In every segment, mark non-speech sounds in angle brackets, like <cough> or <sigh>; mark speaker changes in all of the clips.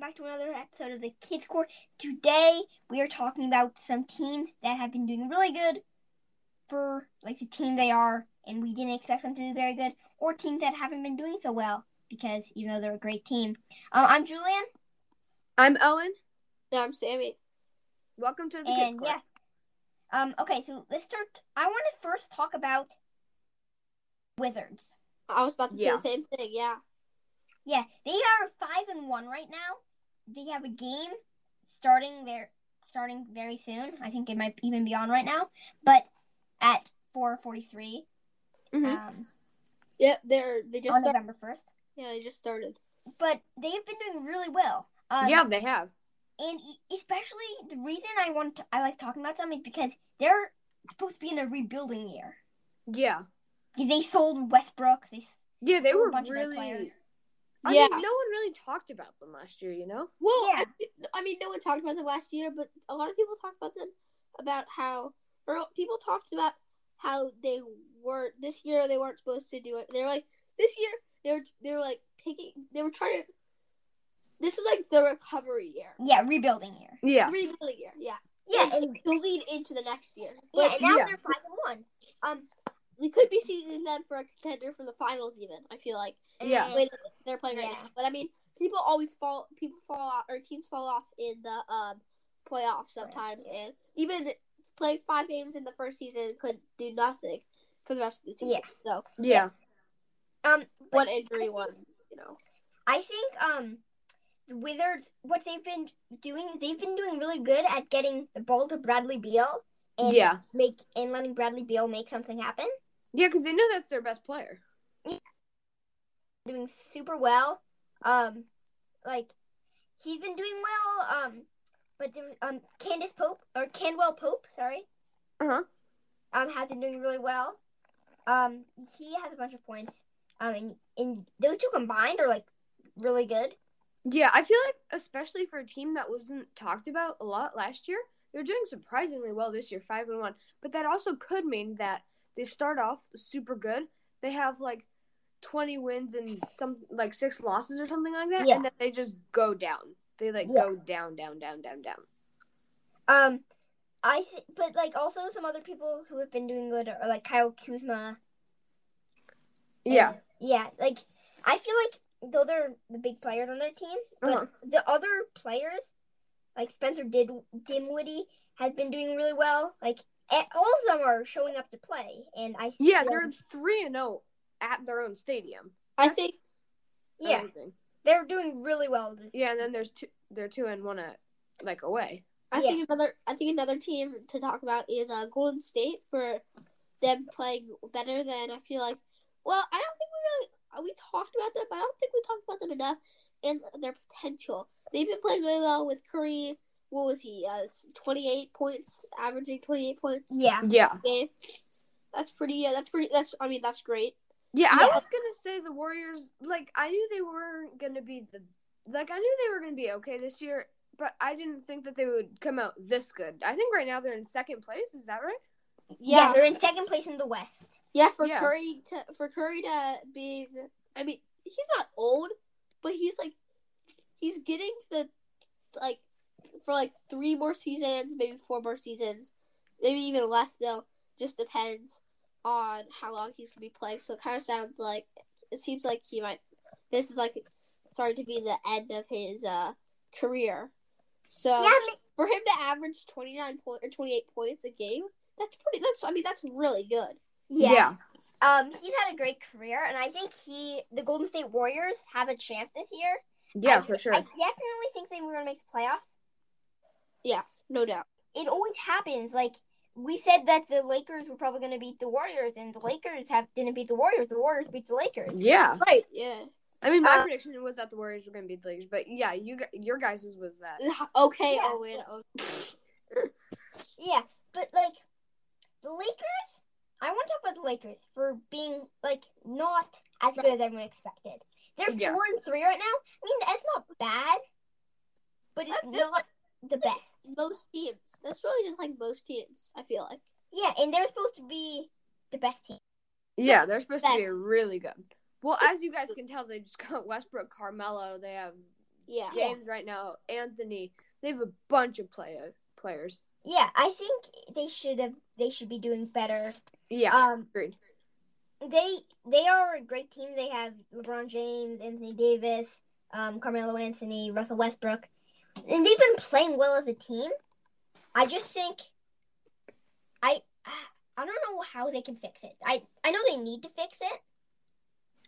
Speaker 1: back to another episode of the Kids Corner. Today we are talking about some teams that have been doing really good for like the team they are, and we didn't expect them to do very good, or teams that haven't been doing so well because even though they're a great team. Um, I'm Julian,
Speaker 2: I'm Owen.
Speaker 3: No, I'm Sammy.
Speaker 2: Welcome to the Kids
Speaker 1: and
Speaker 2: Corner.
Speaker 1: yeah. Um, okay, so let's start. I want to first talk about Wizards.
Speaker 3: I was about to
Speaker 2: Yeah.
Speaker 3: say the same thing. Yeah.
Speaker 1: Yeah, they are five and one right now. They have a game starting there, starting very soon. I think it might even be on right now, but at four
Speaker 2: Mhm.
Speaker 1: um,
Speaker 3: Yep. They're they just
Speaker 1: on
Speaker 3: started.
Speaker 1: November first.
Speaker 3: Yeah, they just started.
Speaker 1: But they have been doing really well. Um,
Speaker 2: yeah, they have.
Speaker 1: and e- especially the reason I want to, I like talking about them is because they're supposed to be in a rebuilding year.
Speaker 2: Yeah.
Speaker 1: They sold Westbrook. They s-
Speaker 2: Yeah, they
Speaker 1: sold
Speaker 2: were
Speaker 1: a bunch of their
Speaker 2: really.
Speaker 1: players.
Speaker 2: I
Speaker 3: Yeah.
Speaker 2: mean, no one really talked about them last year, you know?
Speaker 3: Well,
Speaker 1: Yeah.
Speaker 3: I, mean- I mean, no one talked about them last year, but a lot of people talked about them about how, or people talked about how they weren't this year. They weren't supposed to do it. They're like this year. They were they were like picking. They were trying to. This was like the recovery year,
Speaker 1: Yeah, rebuilding year.
Speaker 2: Yeah.
Speaker 3: rebuilding year. Yeah.
Speaker 1: Yeah,
Speaker 3: Like, the lead into the next year.
Speaker 1: yeah,
Speaker 3: But
Speaker 1: and now
Speaker 2: yeah.
Speaker 1: they're five and one. Um,
Speaker 3: we could be seeing them for a contender for the finals. Even I feel like.
Speaker 2: Yeah.
Speaker 1: and-
Speaker 3: way that Oh, they're playing right
Speaker 1: Yeah.
Speaker 3: now. But I mean, people always fall. People fall off, or teams fall off in the um playoffs sometimes, and even play five games in the first season could do nothing for the rest of the season. So
Speaker 2: Yeah.
Speaker 1: Um, but
Speaker 3: one injury, one you know.
Speaker 1: I think um, the Wizards what they've been doing they've been doing really good at getting the ball to Bradley Beal
Speaker 2: Yeah.
Speaker 1: and
Speaker 2: Yeah,
Speaker 1: make and letting Bradley Beal make something happen.
Speaker 2: because they know that's their best player.
Speaker 1: Doing super well. Um, like he's been doing well. Um, but there, was- um, Candace Pope or Canwell Pope, sorry.
Speaker 2: Uh-huh.
Speaker 1: Um, has been doing really well. Um, he has a bunch of points. Um, and, and those two combined are like really good.
Speaker 2: Yeah, I feel like, especially for a team that wasn't talked about a lot last year, they're doing surprisingly well this year, 5 and 1. But that also could mean that they start off super good. They have like 20 wins and some like six losses or something like that.
Speaker 1: Yeah.
Speaker 2: And then they just go down. They like
Speaker 1: Yeah.
Speaker 2: go down, down, down, down, down.
Speaker 1: Um, I th- but like also some other people who have been doing good are like Kyle Kuzma. and-
Speaker 2: Yeah.
Speaker 1: yeah. Like I feel like though they're the big players on their team, but
Speaker 2: Uh-huh.
Speaker 1: the other players, like Spencer Did Dimwitty, has been doing really well. Like a- all of them are showing up to play, and I
Speaker 2: Yeah,
Speaker 1: feel-
Speaker 2: they're three and zero at their own stadium.
Speaker 3: I think
Speaker 1: yeah
Speaker 2: Amazing.
Speaker 1: they're doing really well. This
Speaker 2: yeah. And then there's two. They're two and one at like away.
Speaker 3: I
Speaker 1: Yeah.
Speaker 3: think another I think another team to talk about is uh, Golden State for them playing better than I feel like. Well, I don't think we really we talked about them, but I don't think we talked about them enough and their potential. They've been playing really well with Curry. What was he? Uh, twenty eight points, averaging twenty eight points.
Speaker 1: yeah
Speaker 2: Yeah.
Speaker 3: a game. That's pretty. Yeah, that's pretty. That's I mean, that's great.
Speaker 2: Yeah. I
Speaker 1: Yeah.
Speaker 2: was gonna say the Warriors. Like I knew they weren't gonna be the. Like I knew they were gonna be okay this year, but I didn't think that they would come out this good. I think right now they're in second place. Is that right?
Speaker 1: yeah
Speaker 3: Yeah,
Speaker 1: they're in second place in the West.
Speaker 3: yeah. For
Speaker 2: Yeah.
Speaker 3: Curry to for Curry to being, I mean, he's not old, but he's like, he's getting to the, like, for like three more seasons, maybe four more seasons, maybe even less though. Just depends on how long he's gonna be playing. So it kind of sounds like it seems like he might. This is like starting to be the end of his uh career. So
Speaker 2: Uh,
Speaker 1: Yeah, I mean,
Speaker 3: for him to average 29 point or 28 points a game that's pretty that's i mean that's really good
Speaker 1: yeah. Um, he's had a great career, and I think he, the Golden State Warriors, have a chance this year.
Speaker 2: Yeah.
Speaker 1: I-
Speaker 2: for sure.
Speaker 1: I definitely think they were gonna make the playoffs.
Speaker 3: no doubt
Speaker 1: It always happens. Like we said that the Lakers were probably gonna beat the Warriors, and the Lakers have didn't beat the Warriors. The Warriors beat the Lakers.
Speaker 2: yeah.
Speaker 3: right yeah
Speaker 2: I mean, my
Speaker 1: Uh,
Speaker 2: prediction was that the Warriors were gonna beat the Lakers, but yeah, you gu- your guys's was that.
Speaker 3: okay
Speaker 1: Yeah.
Speaker 3: owen oh,
Speaker 1: Yeah, but like the Lakers, I want to talk about the Lakers for being like not as good as everyone expected. They're
Speaker 2: Yeah.
Speaker 1: four and three right now. I mean, that's not bad, but it's
Speaker 3: That's- that's-
Speaker 1: not the best.
Speaker 3: most teams that's really just like most teams i feel like
Speaker 1: Yeah, and they're supposed to be the best team.
Speaker 2: Yeah, they're supposed to be
Speaker 3: That's-
Speaker 2: <laughs> really good. Well, as you guys can tell, they just got Westbrook, Carmelo. They have
Speaker 3: Yeah.
Speaker 2: James right now, Anthony. They have a bunch of player players.
Speaker 1: Yeah, I think they should have. They should be doing better.
Speaker 2: Yeah,
Speaker 1: Um,
Speaker 2: agreed.
Speaker 1: they they are a great team. They have LeBron James, Anthony Davis, um, Carmelo Anthony, Russell Westbrook, and they've been playing well as a team. I just think I I don't know how they can fix it. I I know they need to fix it,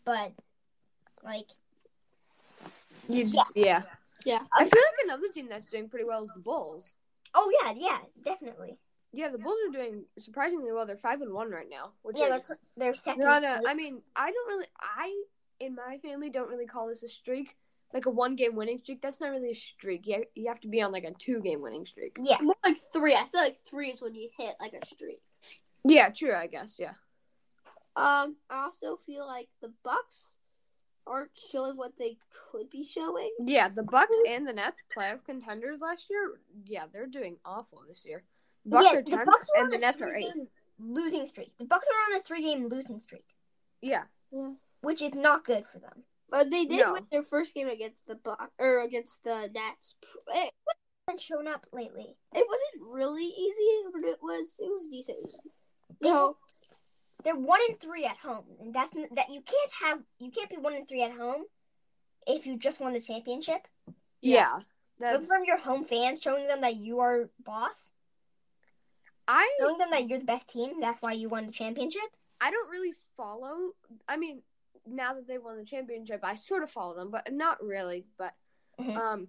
Speaker 1: but like
Speaker 2: You
Speaker 1: yeah.
Speaker 2: yeah.
Speaker 3: Yeah.
Speaker 2: I feel like another team that's doing pretty well is the Bulls.
Speaker 1: oh yeah yeah definitely
Speaker 2: Yeah, the Bulls are doing surprisingly well. They're five and one right now, which
Speaker 1: yeah
Speaker 2: is
Speaker 1: they're, they're 2nd
Speaker 2: they're on a. I mean, I don't really. I in my family don't really call this a streak. Like a one game winning streak, that's not really a streak. You you have to be on like a two game winning streak.
Speaker 1: yeah
Speaker 3: More like three. I feel like three is when you hit like a streak.
Speaker 2: Yeah, true. I guess. Yeah.
Speaker 3: Um, I also feel like the Bucks aren't showing what they could be showing.
Speaker 2: Yeah, the Bucks and the Nets playoff contenders last year. Yeah, they're doing awful this year. The Bucks
Speaker 1: yeah
Speaker 2: are tenth,
Speaker 1: Bucks are on
Speaker 2: and the
Speaker 1: a
Speaker 2: Nets are eighth.
Speaker 1: three-game losing streak. The Bucks are on a three game losing streak,
Speaker 2: Yeah,
Speaker 1: which is not good for them.
Speaker 3: But they did
Speaker 2: No.
Speaker 3: win their first game against the Buc- or against the Nets. It,
Speaker 1: Haven't shown up lately.
Speaker 3: it wasn't really easy, but it was it was decent.
Speaker 1: They
Speaker 3: You know,
Speaker 1: they're one in three at home, and that's n- that you can't have you can't be one in three at home if you just won the championship.
Speaker 2: yeah.
Speaker 1: But
Speaker 2: That's
Speaker 1: from your home fans showing them that you are boss,
Speaker 2: I
Speaker 1: showing them that you're the best team. That's why you won the championship.
Speaker 2: I don't really follow. I mean, now that they won the championship, I sort of follow them, but not really. But
Speaker 3: Mm-hmm.
Speaker 1: Mhm.
Speaker 2: um,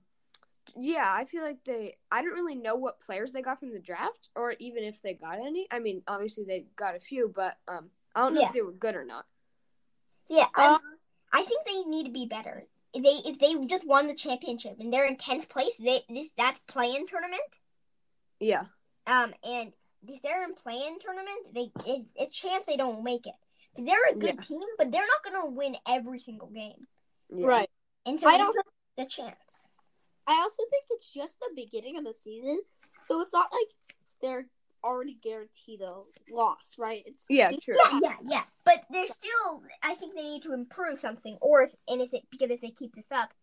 Speaker 2: yeah, I feel like they. I don't really know what players they got from the draft, or even if they got any. I mean, obviously they got a few, but um, I don't know
Speaker 1: Yeah.
Speaker 2: if they were good or not.
Speaker 1: Yeah,
Speaker 2: Uh,
Speaker 1: I, I think they need to be better. If they if they just won the championship and they're in tenth place, they this that's play in tournament.
Speaker 2: Yeah,
Speaker 1: Um, and if they're in play-in tournament, they it, it's chance they don't make it. They're a good
Speaker 2: Yeah.
Speaker 1: team, but they're not going to win every single game.
Speaker 2: yeah.
Speaker 1: And so
Speaker 3: I
Speaker 1: this
Speaker 3: don't-
Speaker 1: is the chance.
Speaker 3: I also think it's just the beginning of the season, so it's not like they're already guaranteed a loss, right? It's
Speaker 2: Yeah,
Speaker 3: it's-
Speaker 2: true.
Speaker 1: Yeah, yeah, yeah. But they're still. I think they need to improve something, or if and if it because if they keep this up,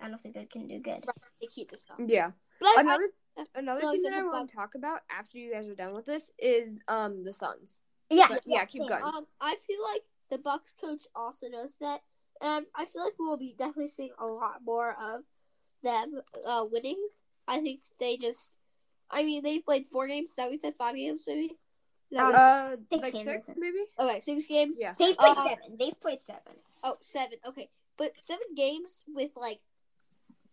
Speaker 1: I don't think they can do good.
Speaker 3: They keep this up.
Speaker 2: Yeah.
Speaker 3: But I-
Speaker 2: another another
Speaker 3: No,
Speaker 2: thing
Speaker 3: you
Speaker 2: that I
Speaker 3: can
Speaker 2: want to talk about after you guys are done with this is um the Suns.
Speaker 1: Yeah,
Speaker 2: But yeah, keep
Speaker 1: same.
Speaker 2: going.
Speaker 3: Um, I feel like the Bucks coach also knows that, and I feel like we will be definitely seeing a lot more of them uh, winning. I think they just, I mean, they played four games. Is that what we said five games, maybe? Is that what-
Speaker 2: Uh,
Speaker 1: Six
Speaker 2: like
Speaker 1: Anderson.
Speaker 2: six maybe.
Speaker 3: okay, six games.
Speaker 2: Yeah.
Speaker 1: They've played
Speaker 3: Uh,
Speaker 1: seven. They've played seven.
Speaker 3: Oh, seven. Okay, but seven games with like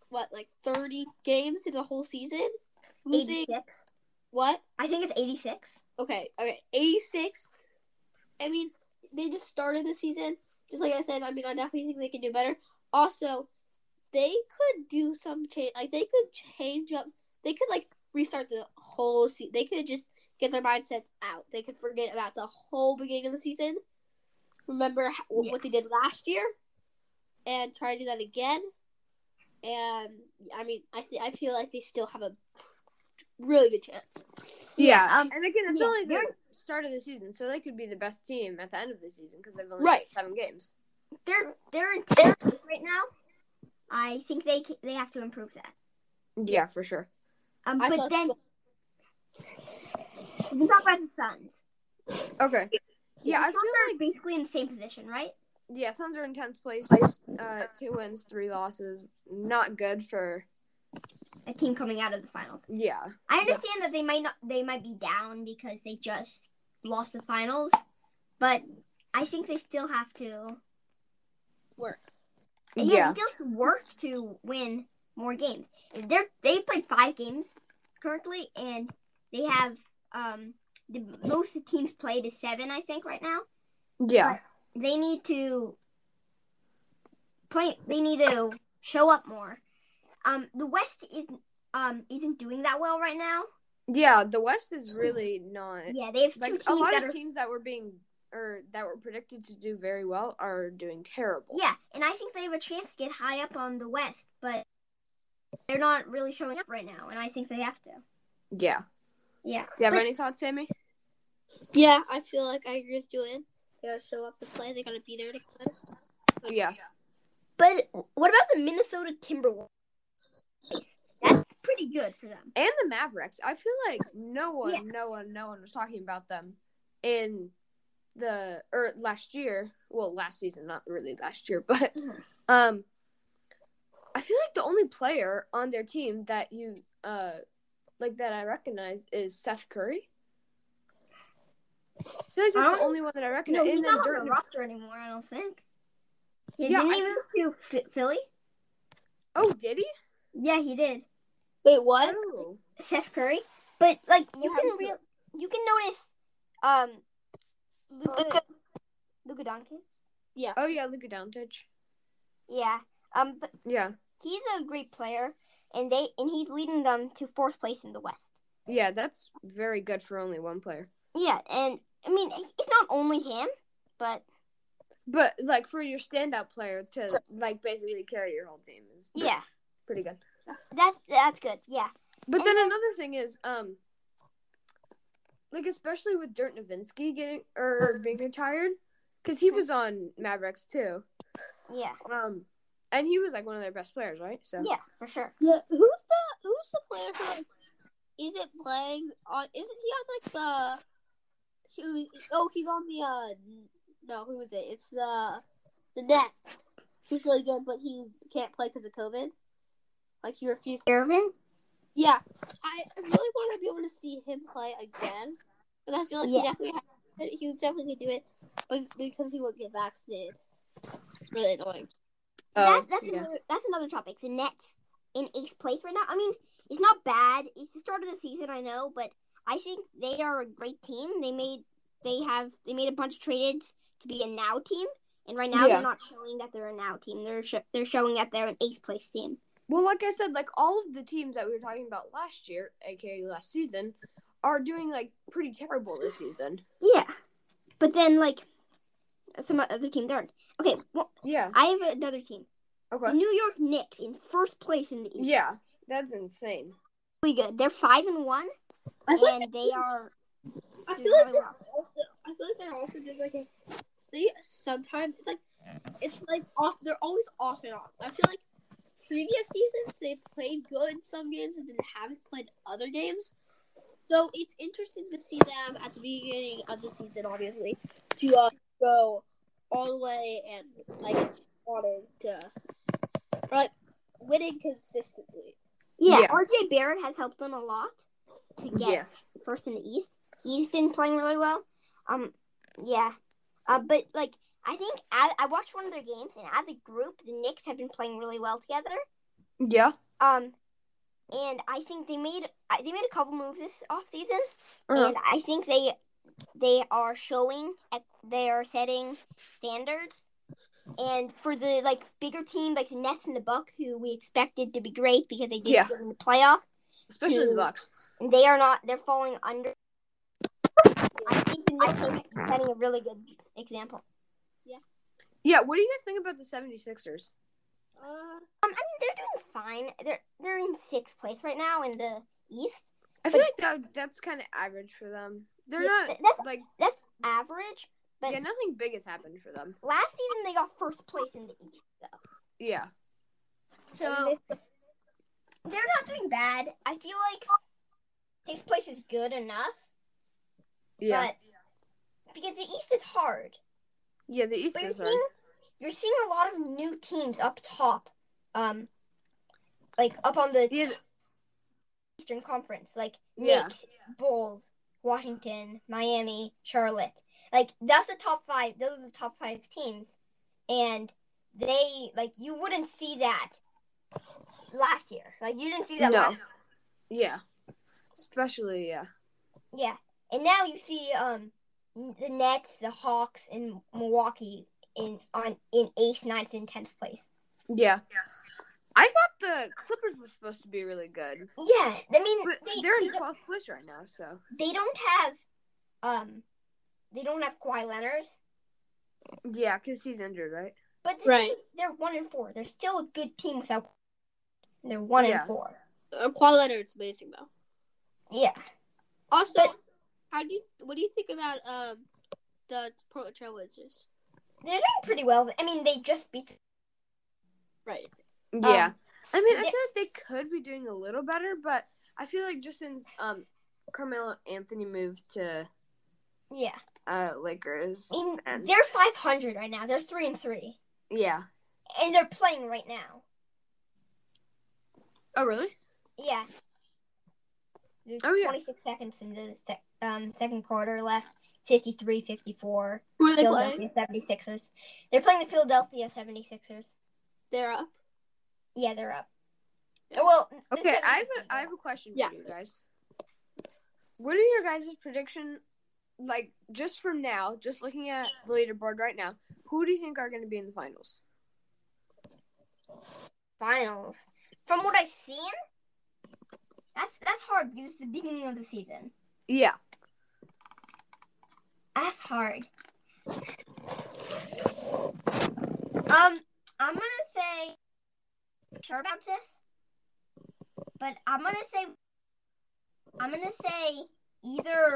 Speaker 3: what, like thirty games in the whole season? Losing
Speaker 1: Eighty-six.
Speaker 3: what?
Speaker 1: I think it's eighty-six.
Speaker 3: Okay, okay, eighty six. I mean, they just started the season. Just like I said, I mean, I definitely think they can do better. Also, they could do some change. Like they could change up. They could like restart the whole season. They could just get their mindsets out. They could forget about the whole beginning of the season. Remember how,
Speaker 1: Yeah.
Speaker 3: what they did last year, and try to do that again. And I mean, I see. I feel like they still have a really good chance.
Speaker 2: Yeah. and again, it's
Speaker 1: yeah,
Speaker 2: only the
Speaker 1: they're-
Speaker 2: start of the season, so they could be the best team at the end of the season because they've only
Speaker 3: Right.
Speaker 2: played seven games.
Speaker 1: They're they're in tenth place right now. I think they ca- they have to improve that.
Speaker 2: Yeah, for sure.
Speaker 1: Um,
Speaker 3: I
Speaker 1: but
Speaker 3: thought-
Speaker 1: then we talk about the Suns.
Speaker 2: Okay. Yeah,
Speaker 1: the
Speaker 2: I
Speaker 1: Suns are
Speaker 2: feel
Speaker 1: basically in the same position, right?
Speaker 2: like yeah, Suns are in tenth place. Uh, two wins, three losses. Not good for
Speaker 1: A team coming out of the finals.
Speaker 2: yeah.
Speaker 1: I understand that they might not, they might be down because they just lost the finals, but I think they still have to.
Speaker 3: Work.
Speaker 1: Yeah,
Speaker 2: Yeah.
Speaker 1: they still have to work to win more games. They're they played five games currently, and they have um the most the teams played is seven, I think, right now.
Speaker 2: Yeah.
Speaker 1: they need to play they need to show up more um the west isn't um isn't doing that well right now
Speaker 2: Yeah. The West is really not.
Speaker 1: yeah they have two
Speaker 2: Eh, like
Speaker 1: teams
Speaker 2: a lot
Speaker 1: that
Speaker 2: of
Speaker 1: are
Speaker 2: teams that were being or that were predicted to do very well are doing terrible.
Speaker 1: yeah and i think they have a chance to get high up on the west but they're not really showing up right now and i think they have to
Speaker 2: Yeah.
Speaker 1: yeah
Speaker 2: Do you have
Speaker 1: But-
Speaker 2: any thoughts, Sammy?
Speaker 3: Yeah, I feel like I agree with Julian. They gotta show up to play. They gotta be there to play.
Speaker 2: Yeah.
Speaker 1: but what about the minnesota timberwolves pretty good for them.
Speaker 2: and the Mavericks. I feel like no one,
Speaker 1: Yeah.
Speaker 2: no one, no one was talking about them in the or last year. Well, last season, not really last year, <laughs> but
Speaker 1: Mhm.
Speaker 2: um, I feel like the only player on their team that you uh like that I recognize is Seth Curry. I feel like
Speaker 1: I
Speaker 2: that's the
Speaker 1: don't-
Speaker 2: only one that I
Speaker 1: No,
Speaker 2: recognize.
Speaker 1: he's
Speaker 2: and
Speaker 1: not
Speaker 2: then
Speaker 1: on
Speaker 2: Dirk
Speaker 1: the roster anymore. I don't think. Yeah,
Speaker 2: Yeah,
Speaker 1: didn't
Speaker 2: I-
Speaker 1: he move to Ph- Philly?
Speaker 2: Oh, did he?
Speaker 1: Yeah, he did.
Speaker 3: Wait, what?
Speaker 2: Oh.
Speaker 1: Seth Curry. But like you
Speaker 3: Yeah,
Speaker 1: can
Speaker 3: he
Speaker 1: real you can notice um Luka Luka Doncic.
Speaker 2: oh yeah, Luka Doncic.
Speaker 1: Yeah. Um but
Speaker 2: Yeah,
Speaker 1: he's a great player and they and he's leading them to fourth place in the West.
Speaker 2: yeah, that's very good for only one player.
Speaker 1: Yeah, and I mean it's not only him, but
Speaker 2: But like for your standout player to like basically carry your whole team is
Speaker 1: yeah,
Speaker 2: pretty good.
Speaker 1: that's that's good. Yeah.
Speaker 2: But
Speaker 1: And
Speaker 2: then
Speaker 1: then-
Speaker 2: another thing is um like especially with Dirk Nowitzki getting or being retired cuz he was on Mavericks too.
Speaker 1: Yeah.
Speaker 2: Um and he was like one of their best players, right? So
Speaker 1: Yeah, for sure.
Speaker 3: Yeah, who's the who's the player who like, isn't playing on? Isn't he on like the? Who? Oh, he's on the. uh No, who is it? It's the the Nets. Who's really good, but he can't play because of COVID. Like he refused.
Speaker 1: Irvin?
Speaker 3: Yeah, I I really want to be able to see him play again, but I feel like
Speaker 1: Yeah.
Speaker 3: he definitely he would definitely do it, but because he won't get vaccinated, it's really annoying.
Speaker 2: Oh,
Speaker 1: that, that's
Speaker 2: yeah.
Speaker 1: another that's another topic. The Nets in eighth place right now. I mean, it's not bad. It's the start of the season, I know, but I think they are a great team. They made they have they made a bunch of trades to be a now team, and right now
Speaker 2: Yeah.
Speaker 1: they're not showing that they're a now team. They're sho they're showing that they're an eighth place team.
Speaker 2: Well, like I said, like all of the teams that we were talking about last year, aka last season, are doing like pretty terrible this season.
Speaker 1: Yeah, but then like some other teams aren't. Okay, well,
Speaker 2: Yeah.
Speaker 1: I have another team. The
Speaker 2: Okay.
Speaker 1: New York Knicks in first place in the East.
Speaker 2: Yeah. That's insane.
Speaker 1: really good. They're five and one,
Speaker 3: I feel
Speaker 1: and they are.
Speaker 3: I
Speaker 1: doing
Speaker 3: feel like
Speaker 1: really
Speaker 3: they're
Speaker 1: well.
Speaker 3: also. I feel like they're also doing like a. They sometimes it's like, it's like off. They're always off and on. I feel like previous seasons they played good in some games and then haven't played other games. So it's interesting to see them at the beginning of the season, obviously, to uh, go all the way and like wanting to, or, like winning consistently.
Speaker 1: Yeah,
Speaker 2: Yeah.
Speaker 1: RJ Barrett has helped them a lot to get
Speaker 2: Yes.
Speaker 1: first in the East. He's been playing really well. Um, yeah, uh, but like I think I, I watched one of their games, and as a group, the Knicks have been playing really well together.
Speaker 2: Yeah.
Speaker 1: Um, and I think they made I- they made a couple moves this off season,
Speaker 2: Uh-huh.
Speaker 1: and I think they they are showing at- they are setting standards. And for the like bigger team, like the Nets and the Bucks, who we expected to be great because they did
Speaker 2: Yeah.
Speaker 1: good in the playoffs,
Speaker 2: Especially the Bucks.
Speaker 1: they are not. They're falling under. I think the Knicks are setting a really good example.
Speaker 2: Yeah, what do you guys think about the 76ers?
Speaker 3: Uh,
Speaker 1: Um, I mean they're doing fine. They're they're in sixth place right now in the East.
Speaker 2: I feel like that that's kind of average for them. They're
Speaker 1: Yeah,
Speaker 2: not
Speaker 1: th- that's
Speaker 2: like
Speaker 1: average. but-
Speaker 2: yeah, nothing big has happened for them.
Speaker 1: Last season they got first place in the East, though.
Speaker 2: Yeah.
Speaker 1: So they're not doing bad. I feel like sixth place is good enough,
Speaker 2: Yeah.
Speaker 1: but because the East is hard.
Speaker 2: yeah, the East
Speaker 1: But you're
Speaker 2: is
Speaker 1: seeing
Speaker 2: hard.
Speaker 1: you're seeing a lot of new teams up top, um, like up on the
Speaker 2: Yeah, th-
Speaker 1: Eastern Conference, like
Speaker 2: Yeah.
Speaker 1: Knicks, Bulls, Washington, Miami, Charlotte. Like that's the top five. Those are the top five teams, and they like you wouldn't see that last year. Like you didn't see that.
Speaker 2: No.
Speaker 1: Last year.
Speaker 2: yeah. Especially yeah.
Speaker 1: Yeah, and now you see um the Nets, the Hawks, and Milwaukee in on in eighth, ninth, and tenth place.
Speaker 2: Yeah. I thought the Clippers were supposed to be really good.
Speaker 1: Yeah, I mean
Speaker 2: But
Speaker 1: they,
Speaker 2: they're in
Speaker 1: they don't-
Speaker 2: 12th place right now, so.
Speaker 1: they don't have um they don't have Kawhi Leonard,
Speaker 2: Yeah, cuz he's injured, right?
Speaker 1: but this
Speaker 3: Right.
Speaker 1: is- they're one and four. They're still a good team without. They're one
Speaker 2: Yeah.
Speaker 1: and four.
Speaker 3: uh, Kawhi Leonard's amazing though.
Speaker 1: Yeah,
Speaker 3: Also,
Speaker 1: But-
Speaker 3: how do you what do you think about um the Portland Trailblazers?
Speaker 1: they're doing pretty well. I mean, they just beat.
Speaker 3: Right.
Speaker 1: um,
Speaker 2: Yeah. I mean, I
Speaker 1: Yeah.
Speaker 2: feel like they could be doing a little better, but I feel like just since um Carmelo Anthony moved to
Speaker 1: Yeah.
Speaker 2: uh Lakers,
Speaker 1: And
Speaker 2: and-
Speaker 1: they're 500 right now. They're 3 and 3.
Speaker 2: yeah.
Speaker 1: And they're playing right now.
Speaker 2: Oh, really?
Speaker 1: Yeah. There's
Speaker 2: Oh, yeah.
Speaker 1: 26 seconds in the sec- um, second quarter left. 53 54.
Speaker 3: Who are they playing?
Speaker 1: Philadelphia 76ers. They're playing the Philadelphia 76ers.
Speaker 3: They're up.
Speaker 1: Yeah, they're up. Well, the
Speaker 2: Okay, I have
Speaker 1: 76ers
Speaker 2: a, I
Speaker 1: are
Speaker 2: have a question
Speaker 3: Yeah.
Speaker 2: for you guys. What are your guys' prediction, like just from now, just looking at the leaderboard right now? Who do you think are going to be in the finals?
Speaker 1: finals. From what I've seen, that's that's hard because it's the beginning of the season.
Speaker 2: Yeah,
Speaker 1: That's hard. Um, I'm gonna say sure about this, but I'm gonna say I'm gonna say either.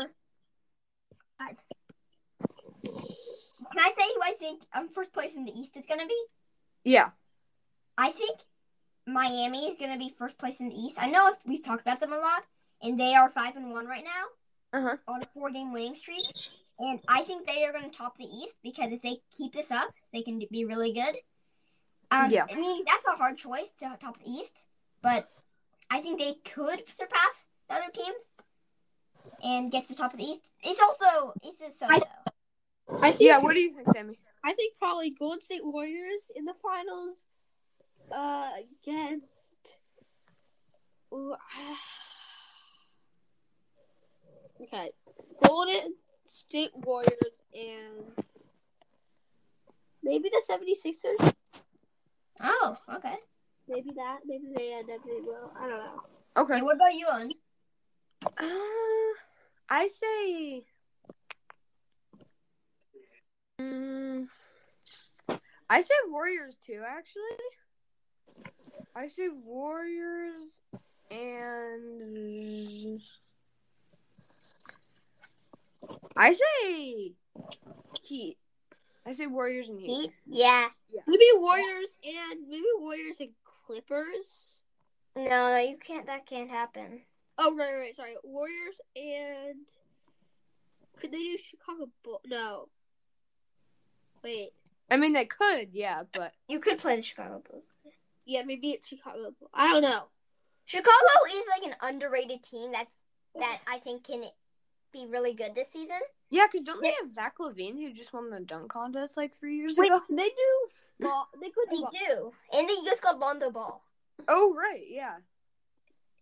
Speaker 1: God. Can I say who I think um first place in the East is gonna be?
Speaker 2: yeah,
Speaker 1: I think Miami is going to be first place in the East. I know we've talked about them a lot, and they are five and one right now
Speaker 2: Uh-huh.
Speaker 1: on a four-game winning streak. And I think they are going to top the East because if they keep this up, they can be really good. Um,
Speaker 2: Yeah.
Speaker 1: I mean that's a hard choice to top the East, but I think they could surpass the other teams and get to the top of the East. It's also it's a so
Speaker 3: I think
Speaker 2: yeah. What do you think, Sammy?
Speaker 3: I think probably Golden State Warriors in the finals uh, against. Ooh, <sighs> ah. okay, Golden State Warriors and maybe the 76ers?
Speaker 1: Oh, okay.
Speaker 3: Maybe that. Maybe they end up doing well. I don't know.
Speaker 2: Okay,
Speaker 1: Hey, what about you, Owen?
Speaker 2: uh, I say. Mm, I say Warriors too. Actually, I say Warriors and I say Heat. I say Warriors and Heat.
Speaker 1: Yeah.
Speaker 3: Maybe Warriors and maybe Warriors and Clippers.
Speaker 1: No, you can't. That can't happen.
Speaker 3: Oh right, right, right. Sorry, Warriors and could they do Chicago? Bull- no. Wait.
Speaker 2: I mean, they could, yeah, but
Speaker 1: You could play the Chicago Bulls.
Speaker 3: Yeah, maybe it's Chicago. I don't know.
Speaker 1: Chicago is like an underrated team that's that I think can be really good this season.
Speaker 2: yeah, because don't they have Zach Levine who just won the dunk contest like three years
Speaker 3: Wait,
Speaker 2: ago?
Speaker 3: they do. Ball, they could
Speaker 1: They
Speaker 3: do. Ball.
Speaker 1: do, and they just got Londo Ball.
Speaker 2: Oh right, yeah.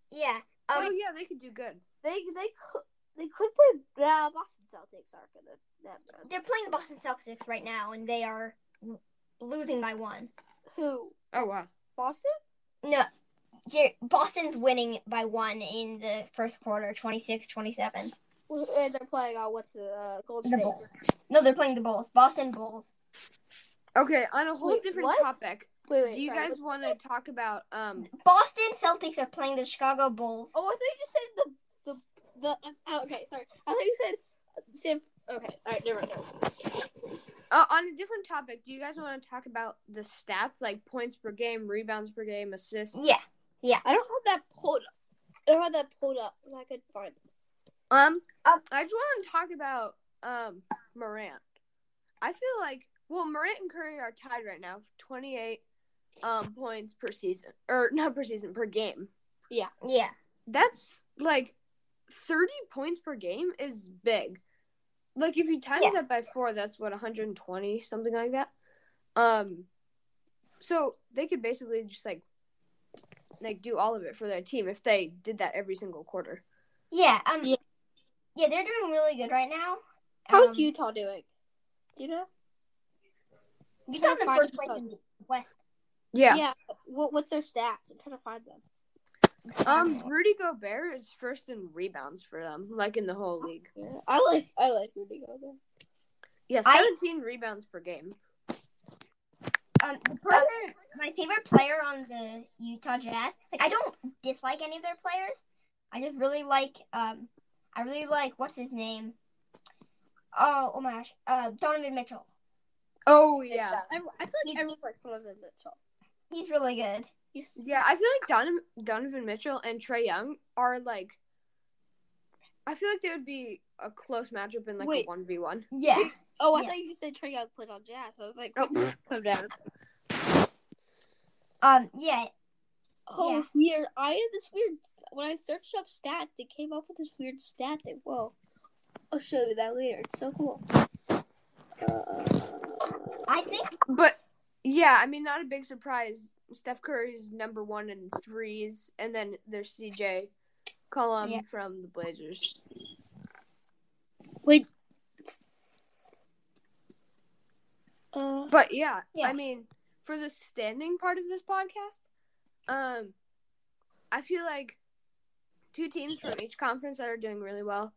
Speaker 1: Yeah.
Speaker 2: oh
Speaker 1: Um,
Speaker 2: yeah, they could do good.
Speaker 3: They they could they could play. Nah, Boston Celtics aren't gonna. That bad.
Speaker 1: they're playing the Boston Celtics right now, and they are losing by one.
Speaker 3: Who
Speaker 2: Oh wow.
Speaker 3: Boston?
Speaker 1: No, they're- Boston's winning by one in the first quarter, 26-27.
Speaker 3: And they're playing on what's the uh, Golden
Speaker 1: The
Speaker 3: State?
Speaker 1: Bulls. No, they're playing the Bulls. Boston Bulls.
Speaker 2: Okay, on a whole
Speaker 3: Wait,
Speaker 2: different
Speaker 3: what?
Speaker 2: topic.
Speaker 3: Wait, wait.
Speaker 2: do you
Speaker 3: sorry,
Speaker 2: guys
Speaker 3: what-
Speaker 2: want to talk about um
Speaker 3: <laughs>
Speaker 1: Boston Celtics are playing the Chicago Bulls.
Speaker 3: Oh, I thought you just said the the the. Oh, okay, sorry. I thought you said San. Okay, all right, never mind.
Speaker 2: uh, on a different topic, do you guys want to talk about the stats like points per game, rebounds per game, assists?
Speaker 1: Yeah.
Speaker 3: I don't have that pulled. I don't have that pulled up. but I could find. it.
Speaker 2: Um
Speaker 3: Uh,
Speaker 1: Um,
Speaker 2: I just want to talk about um Morant. I feel like well, Morant and Curry are tied right now, 28 um points per season or not per season, per game.
Speaker 1: Yeah.
Speaker 2: that's like 30 points per game is big. Like if you times
Speaker 1: Yeah.
Speaker 2: that by 4, that's what 120 something like that. Um so they could basically just like like do all of it for their team if they did that every single quarter.
Speaker 1: Yeah, um,
Speaker 3: Yeah.
Speaker 1: yeah. they're doing really good right now.
Speaker 3: How's
Speaker 1: um,
Speaker 3: Utah doing? Do you know?
Speaker 1: Utah's in
Speaker 3: Five
Speaker 1: first
Speaker 3: to
Speaker 1: place
Speaker 3: five.
Speaker 1: in the West.
Speaker 2: Yeah.
Speaker 3: What, what's their stats? I'm trying to find them.
Speaker 2: Um Rudy Gobert is first in rebounds for them, like in the whole league.
Speaker 3: Yeah, I like I like Rudy Gobert.
Speaker 2: Yeah,
Speaker 1: I-
Speaker 2: 17 rebounds per game.
Speaker 1: um, the person, my favorite player on the Utah Jazz. Like, I don't dislike any of their players. I just really like, um, I really like what's his name. Oh, oh my gosh, uh, Donovan Mitchell.
Speaker 2: Oh yeah.
Speaker 3: I, I feel like
Speaker 1: He's-
Speaker 3: everyone likes Donovan Mitchell.
Speaker 1: He's really good.
Speaker 3: He's
Speaker 2: Yeah, I feel like Donovan, Donovan Mitchell and Trey Young are like. I feel like they would be a close matchup in like
Speaker 3: Wait.
Speaker 2: a one v one.
Speaker 1: Yeah.
Speaker 3: oh, I
Speaker 1: Yeah.
Speaker 3: thought you said Trey Young plays on Jazz. I was like,
Speaker 2: Oh.
Speaker 3: <laughs> wait, come down.
Speaker 1: <laughs> Um. Yeah.
Speaker 3: Oh,
Speaker 1: Yeah.
Speaker 3: weird! I had this weird. When I searched up stats, it came up with this weird stat that whoa. I'll show you that later. It's so cool. Uh,
Speaker 1: I think.
Speaker 2: But yeah, I mean, not a big surprise. Steph Curry's number one in threes, and then there's CJ Column
Speaker 1: Yeah.
Speaker 2: from the Blazers.
Speaker 3: uh,
Speaker 2: But yeah,
Speaker 1: Yeah.
Speaker 2: I mean, for the standing part of this podcast, um, I feel like two teams from each conference that are doing really well,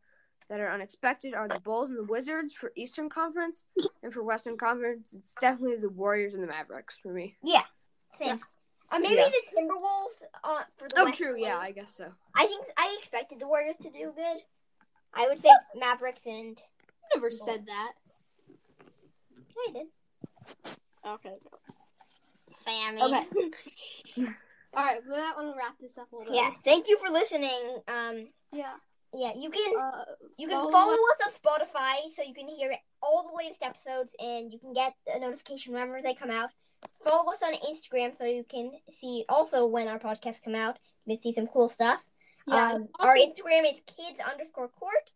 Speaker 2: that are unexpected, are the Bulls and the Wizards for Eastern Conference, and for Western Conference, it's definitely the Warriors and the Mavericks for me.
Speaker 1: Same.
Speaker 2: Yeah.
Speaker 1: Uh, maybe
Speaker 2: Yeah.
Speaker 1: the Timberwolves. Uh, for the
Speaker 2: Oh,
Speaker 1: West
Speaker 2: true. Yeah,
Speaker 1: one.
Speaker 2: I guess so.
Speaker 1: I think I expected the Warriors to do good. I would say Mavericks and
Speaker 3: I never said that.
Speaker 1: I did.
Speaker 3: Okay.
Speaker 1: Sammy.
Speaker 3: Okay.
Speaker 1: <laughs>
Speaker 3: All right. Well, that one will wrap this up a little bit.
Speaker 1: Yeah. Thank you for listening. Um.
Speaker 3: Yeah.
Speaker 1: Yeah. You can
Speaker 3: Uh,
Speaker 1: you can
Speaker 3: follow
Speaker 1: follow us on Spotify so you can hear all the latest episodes and you can get a notification whenever they come out. Follow us on Instagram so you can see also when our podcasts come out. You can see some cool stuff.
Speaker 3: yeah.
Speaker 1: Um,
Speaker 3: also,
Speaker 1: our Instagram is kids underscore court.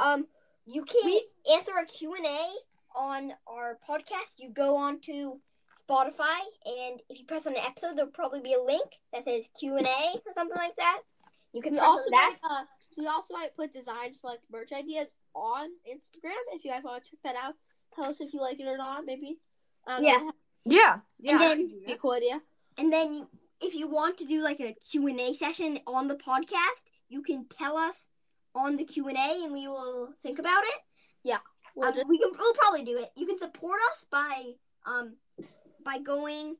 Speaker 1: Um, you can
Speaker 3: We-
Speaker 1: answer a Q&A on our podcast. You go on to Spotify, and if you press on an episode, there'll probably be a link that says Q&A or something like that. You can
Speaker 3: we
Speaker 1: press
Speaker 3: also
Speaker 1: on that.
Speaker 3: might, uh, we also might put designs for like merch ideas on Instagram if you guys want to check that out. Tell us if you like it or not. Maybe. I don't
Speaker 1: Yeah.
Speaker 3: know.
Speaker 2: Yeah, yeah. I
Speaker 1: then-
Speaker 2: could do that.
Speaker 3: Be a cool idea.
Speaker 1: And then you, if you want to do like a Q&A session on the podcast, you can tell us on the Q&A and we will think about it.
Speaker 3: We'll
Speaker 1: Um,
Speaker 3: just-
Speaker 1: we can we'll probably do it. You can support us by um by going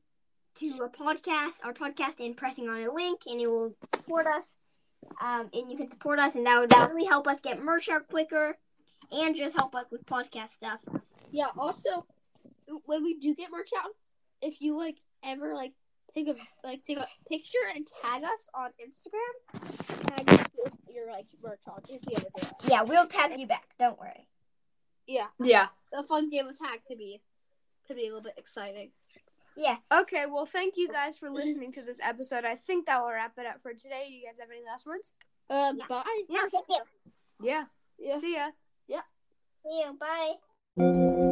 Speaker 1: to a podcast, our podcast, and pressing on a link, and it will support us. Um, and you can support us, and that would definitely help us get merch out quicker, and just help us with podcast stuff.
Speaker 3: Yeah. Also, when we do get merch out, if you like ever like take a like take a picture and tag us on Instagram, tag us with your like merch on if you ever do that.
Speaker 1: Yeah, we'll tag you back. Don't worry.
Speaker 3: Yeah,
Speaker 2: Yeah.
Speaker 3: a fun game of tag could be could be a little bit exciting.
Speaker 2: Okay, well, thank you guys for listening to this episode. I think that will wrap it up for today. Do you guys have any last words?
Speaker 3: Um,
Speaker 1: Yeah.
Speaker 3: bye.
Speaker 1: No, thank you.
Speaker 2: Yeah.
Speaker 3: Yeah.
Speaker 2: See ya.
Speaker 1: See you. Bye.